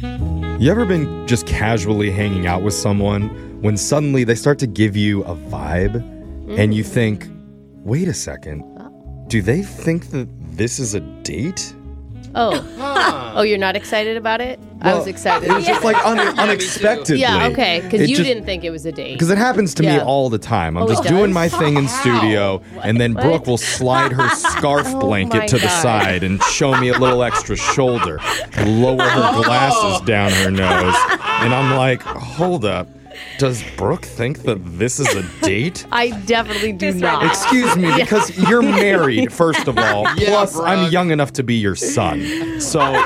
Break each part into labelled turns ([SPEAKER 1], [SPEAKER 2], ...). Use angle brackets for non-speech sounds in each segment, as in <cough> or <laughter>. [SPEAKER 1] You ever been just casually hanging out with someone when suddenly they start to give you a vibe and
[SPEAKER 2] Mm.
[SPEAKER 1] you think, wait a second,
[SPEAKER 2] Uh.
[SPEAKER 1] do they think that this is a date?
[SPEAKER 2] Oh. oh, you're not excited about it? I was
[SPEAKER 1] Well,
[SPEAKER 2] excited.
[SPEAKER 1] It was just like
[SPEAKER 2] <laughs>
[SPEAKER 1] un- unexpected.
[SPEAKER 2] yeah, okay. Because
[SPEAKER 1] It
[SPEAKER 2] you
[SPEAKER 1] just-
[SPEAKER 2] didn't think it was a date.
[SPEAKER 1] Because it happens to me
[SPEAKER 2] Yeah.
[SPEAKER 1] all the time. I'm
[SPEAKER 2] Oh,
[SPEAKER 1] just
[SPEAKER 2] it
[SPEAKER 1] doing
[SPEAKER 2] does?
[SPEAKER 1] my thing in studio, and then Brooke will slide
[SPEAKER 2] <laughs>
[SPEAKER 1] her scarf
[SPEAKER 2] Oh my
[SPEAKER 1] blanket to the
[SPEAKER 2] God.
[SPEAKER 1] side and show me a little extra shoulder, lower
[SPEAKER 2] Oh.
[SPEAKER 1] her glasses down her nose. And I'm like, hold up. Does Brooke think that this is a date?
[SPEAKER 2] I definitely do not.
[SPEAKER 1] Excuse me, because you're married, first of all. Plus, I'm young enough to be your son. So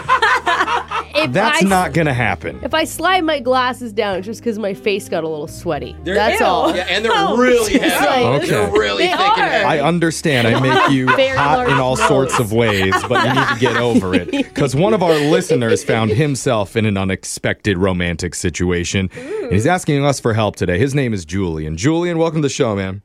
[SPEAKER 2] If
[SPEAKER 1] that's
[SPEAKER 2] I-
[SPEAKER 1] not going to happen.
[SPEAKER 2] If I slide my glasses down, it's just because my face got a little sweaty. That's all.
[SPEAKER 3] Yeah, and they're really heavy.
[SPEAKER 1] Okay.
[SPEAKER 3] They're really
[SPEAKER 2] Oh, They
[SPEAKER 3] thick and
[SPEAKER 2] are.
[SPEAKER 3] heavy.
[SPEAKER 1] I understand. I make you
[SPEAKER 2] <laughs> Very
[SPEAKER 1] hot
[SPEAKER 2] large
[SPEAKER 1] in all
[SPEAKER 2] nose.
[SPEAKER 1] sorts of ways, but you need to get over it.
[SPEAKER 2] <laughs>
[SPEAKER 1] Because one of our listeners found himself in an unexpected romantic situation, and he's asking us for help today. His name is Julian. Julian, welcome to the show, man.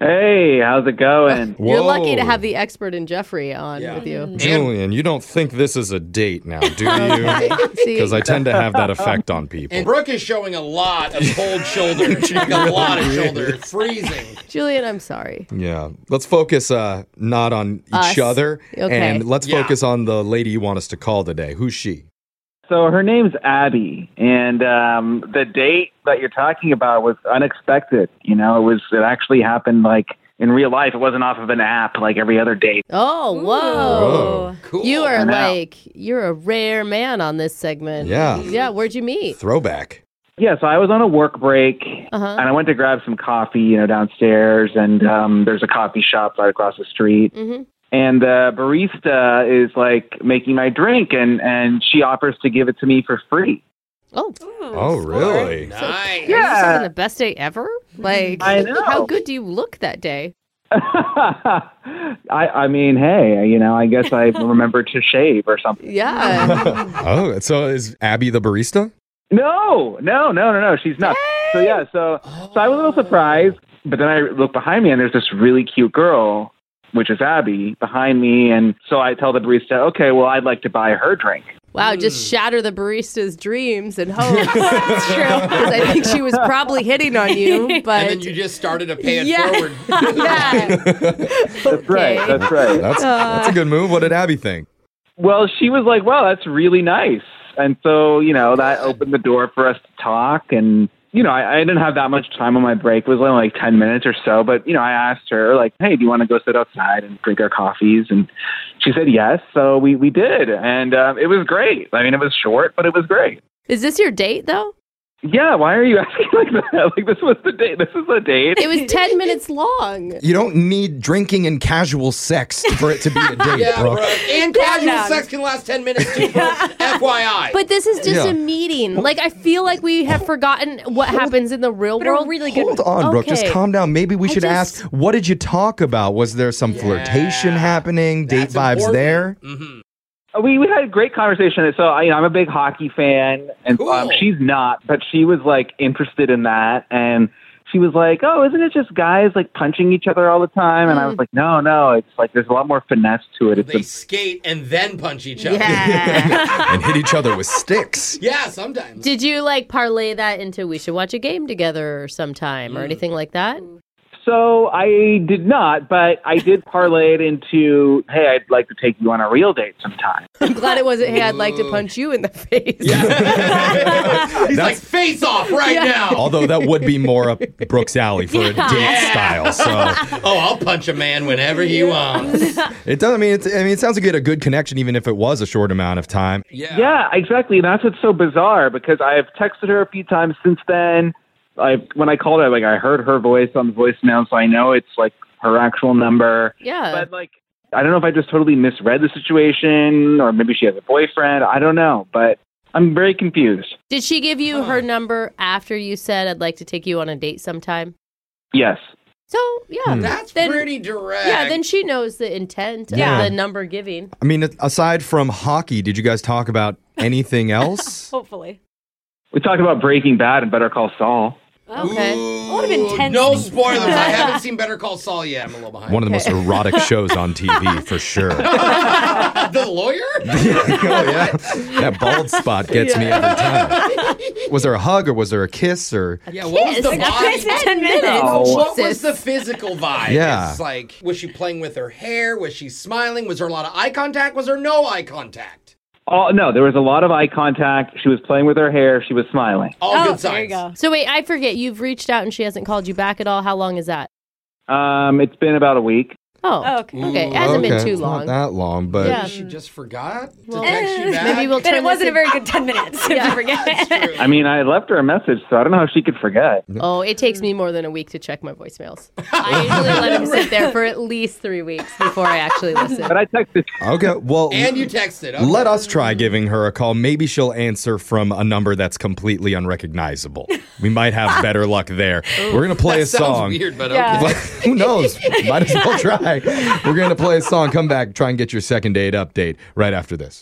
[SPEAKER 4] Hey, how's
[SPEAKER 1] <laughs>
[SPEAKER 4] it going?
[SPEAKER 2] You're
[SPEAKER 1] Whoa.
[SPEAKER 2] lucky to have the expert in Jeffrey on
[SPEAKER 3] Yeah. Mm-hmm.
[SPEAKER 2] with you.
[SPEAKER 1] Julian, you don't think this is a date now,
[SPEAKER 2] <laughs>
[SPEAKER 1] do you?
[SPEAKER 2] See,
[SPEAKER 1] Because I tend to have that effect on people.
[SPEAKER 3] And Brooke is showing a lot of
[SPEAKER 2] <laughs>
[SPEAKER 3] cold shoulder. She's got a lot of shoulder. Freezing.
[SPEAKER 2] Julian, I'm sorry.
[SPEAKER 1] Yeah. Let's focus uh, not on each
[SPEAKER 2] Us.
[SPEAKER 1] other,
[SPEAKER 2] Okay.
[SPEAKER 1] and let's
[SPEAKER 3] Yeah.
[SPEAKER 1] focus on the lady you want us to call today. Who's she?
[SPEAKER 4] So her name's Abby, and um, the date that you're talking about was unexpected. You know, it was it actually happened like in real life. It wasn't off of an app like every other date.
[SPEAKER 2] Oh, whoa.
[SPEAKER 1] Whoa.
[SPEAKER 3] Cool.
[SPEAKER 2] You are
[SPEAKER 4] I know.
[SPEAKER 2] like, you're a rare man on this segment.
[SPEAKER 1] Yeah.
[SPEAKER 2] Yeah, where'd you meet?
[SPEAKER 1] Throwback.
[SPEAKER 4] Yeah, so I was on a work break,
[SPEAKER 2] Uh-huh.
[SPEAKER 4] and I went to grab some coffee, you know, downstairs, and um, there's a coffee shop right across the street,
[SPEAKER 2] Mhm.
[SPEAKER 4] and the barista is like making my drink, and and she offers to give it to me for free.
[SPEAKER 2] Oh,
[SPEAKER 1] Oh, really?
[SPEAKER 3] Nice.
[SPEAKER 2] Are you just
[SPEAKER 4] Yeah.
[SPEAKER 2] having the best day ever? Like,
[SPEAKER 4] I know.
[SPEAKER 2] how good do you look that day?
[SPEAKER 4] <laughs> I, I mean, hey, you know, I guess I remember to shave or something.
[SPEAKER 2] <laughs> Yeah.
[SPEAKER 1] <laughs> Oh, so is Abby the barista?
[SPEAKER 4] No, no, no, no, no. She's not. So yeah, so so I was a little surprised, but then I look behind me and there's this really cute girl, which is Abby, behind me, and so I tell the barista, okay, well, I'd like to buy her drink.
[SPEAKER 2] wow, just shatter the barista's dreams and hopes. <laughs> That's true. Because I think she was probably hitting on <laughs> you, but.
[SPEAKER 3] And then you just started to pay
[SPEAKER 2] <laughs>
[SPEAKER 3] it
[SPEAKER 2] Yeah.
[SPEAKER 3] forward.
[SPEAKER 2] <laughs> yeah.
[SPEAKER 4] That's right. That's right.
[SPEAKER 1] That's
[SPEAKER 2] Uh,
[SPEAKER 1] that's a good move. What did Abby think?
[SPEAKER 4] Well, she was like, wow, that's really nice, and so you know that opened the door for us to talk and. You know, I, I didn't have that much time on my break. It was only like 10 minutes or so. But, you know, I asked her, like, hey, do you want to go sit outside and drink our coffees? And she said yes. So we, we did. And um, it was great. I mean, it was short, but it was great.
[SPEAKER 2] Is this your date, though?
[SPEAKER 4] Yeah, why are you <laughs> asking like that? Like, this was the date. This is the date.
[SPEAKER 2] It was 10 minutes long.
[SPEAKER 1] You don't need drinking and casual sex for it to be <laughs> a date,
[SPEAKER 3] Yeah,
[SPEAKER 1] bro.
[SPEAKER 3] bro. And casual sex can last 10 minutes
[SPEAKER 2] <laughs>
[SPEAKER 3] too, folks. FYI.
[SPEAKER 2] But this is just
[SPEAKER 1] Yeah.
[SPEAKER 2] a meeting. Like I feel like we have forgotten what happens in the real world. Really
[SPEAKER 1] Hold on, Brooke. Just calm down. Maybe we should
[SPEAKER 2] just-
[SPEAKER 1] ask, what did you talk about? Was there some flirtation happening? Date
[SPEAKER 3] That's
[SPEAKER 1] vibes
[SPEAKER 3] important.
[SPEAKER 1] there?
[SPEAKER 4] We we had a great conversation. So I, you know, I'm a big hockey fan, and
[SPEAKER 3] Cool.
[SPEAKER 4] um, she's not, but she was like interested in that, and she was like, "Oh, isn't it just guys like punching each other all the time?" And I was like, "No, no, it's like there's a lot more finesse to it." It's
[SPEAKER 3] Hmm. They
[SPEAKER 4] a,
[SPEAKER 3] skate and then punch each other.
[SPEAKER 1] and hit each other with <laughs> sticks.
[SPEAKER 3] <laughs> Yeah, sometimes.
[SPEAKER 2] Did you like parlay that into we should watch a game together sometime
[SPEAKER 1] Mm.
[SPEAKER 2] or anything like that?
[SPEAKER 4] so I did not, but I did parlay it into, "Hey, I'd like to take you on a real date sometime."
[SPEAKER 2] I'm glad it wasn't. Hey, I'd like to punch you in the <laughs> face.
[SPEAKER 3] He's like, face off right now.
[SPEAKER 1] Although that would be more up Brooks' alley for a date style. So
[SPEAKER 3] Oh, I'll punch a man whenever he wants.
[SPEAKER 1] it does. I mean, it's, I mean, it sounds like you had a good connection, even if it was a short amount of time.
[SPEAKER 4] Yeah, exactly. And that's what's so bizarre because I've texted her a few times since then. I when I called her, like I heard her voice on the voicemail, so I know it's like her actual number.
[SPEAKER 2] Yeah.
[SPEAKER 4] But like, I don't know if I just totally misread the situation, or maybe she has a boyfriend. I don't know, but I'm very confused.
[SPEAKER 2] Did she give you her number after you said I'd like to take you on a date sometime?
[SPEAKER 4] Yes.
[SPEAKER 2] So yeah,
[SPEAKER 3] That's
[SPEAKER 2] then,
[SPEAKER 3] pretty direct.
[SPEAKER 2] Yeah, then she knows the intent
[SPEAKER 1] Yeah.
[SPEAKER 2] of the number giving.
[SPEAKER 1] I mean, aside from hockey, did you guys talk about anything else?
[SPEAKER 5] Hopefully.
[SPEAKER 4] We talked about Breaking Bad and Better Call Saul.
[SPEAKER 2] Okay.
[SPEAKER 3] Ooh,
[SPEAKER 5] would've been tense.
[SPEAKER 3] No spoilers.
[SPEAKER 5] <laughs>
[SPEAKER 3] I haven't seen Better Call Saul yet. I'm a little behind.
[SPEAKER 1] One of the most erotic shows
[SPEAKER 2] <laughs>
[SPEAKER 1] on TV for sure. <laughs>
[SPEAKER 3] <laughs> the lawyer?
[SPEAKER 1] oh yeah, that bald spot gets me every time. Was there a hug or was there a kiss or?
[SPEAKER 3] yeah. What was the
[SPEAKER 5] It's a kiss in
[SPEAKER 3] body?
[SPEAKER 5] ten minutes.
[SPEAKER 4] Oh.
[SPEAKER 3] What was
[SPEAKER 2] Jesus.
[SPEAKER 3] the physical vibe?
[SPEAKER 1] Yeah.
[SPEAKER 3] It's like, was she playing with her hair? Was she smiling? Was there a lot of eye contact? Was there no eye contact?
[SPEAKER 4] Oh no, there was a lot of eye contact. She was playing with her hair. She was smiling.
[SPEAKER 3] All
[SPEAKER 5] Oh,
[SPEAKER 3] good signs.
[SPEAKER 5] there you go.
[SPEAKER 2] So wait, I forget. You've reached out and she hasn't called you back at all. How long is that?
[SPEAKER 4] Um, it's been about a week.
[SPEAKER 2] Oh,
[SPEAKER 5] Oh,
[SPEAKER 2] okay.
[SPEAKER 5] okay.
[SPEAKER 2] It hasn't been
[SPEAKER 1] Okay,
[SPEAKER 2] too
[SPEAKER 1] it's
[SPEAKER 2] long.
[SPEAKER 1] Not that long, but
[SPEAKER 2] Yeah.
[SPEAKER 3] She just forgot to
[SPEAKER 2] Well,
[SPEAKER 3] text
[SPEAKER 5] <laughs>
[SPEAKER 3] you back.
[SPEAKER 2] Maybe we'll
[SPEAKER 3] <laughs>
[SPEAKER 5] Then
[SPEAKER 2] turn
[SPEAKER 5] it wasn't
[SPEAKER 2] this
[SPEAKER 5] a very good ten minutes. if you forget.
[SPEAKER 4] I mean, I left her a message, so I don't know how she could forget.
[SPEAKER 2] in- Oh, it takes me more than a week to check my voicemails. I usually let them sit there for at least three weeks before I actually listen.
[SPEAKER 4] But I texted.
[SPEAKER 1] okay. Well,
[SPEAKER 3] <laughs> And you texted. Okay.
[SPEAKER 1] let us try giving her a call. Maybe she'll answer from a number that's completely unrecognizable. We might have better luck there. We're gonna play
[SPEAKER 3] That
[SPEAKER 1] a
[SPEAKER 3] sounds
[SPEAKER 1] song.
[SPEAKER 3] weird, but
[SPEAKER 5] Yeah.
[SPEAKER 1] <laughs>
[SPEAKER 3] okay.
[SPEAKER 1] But who knows?
[SPEAKER 3] <laughs>
[SPEAKER 1] Might as well try. We're gonna play a song. Come back. Try and get your second date update right after this.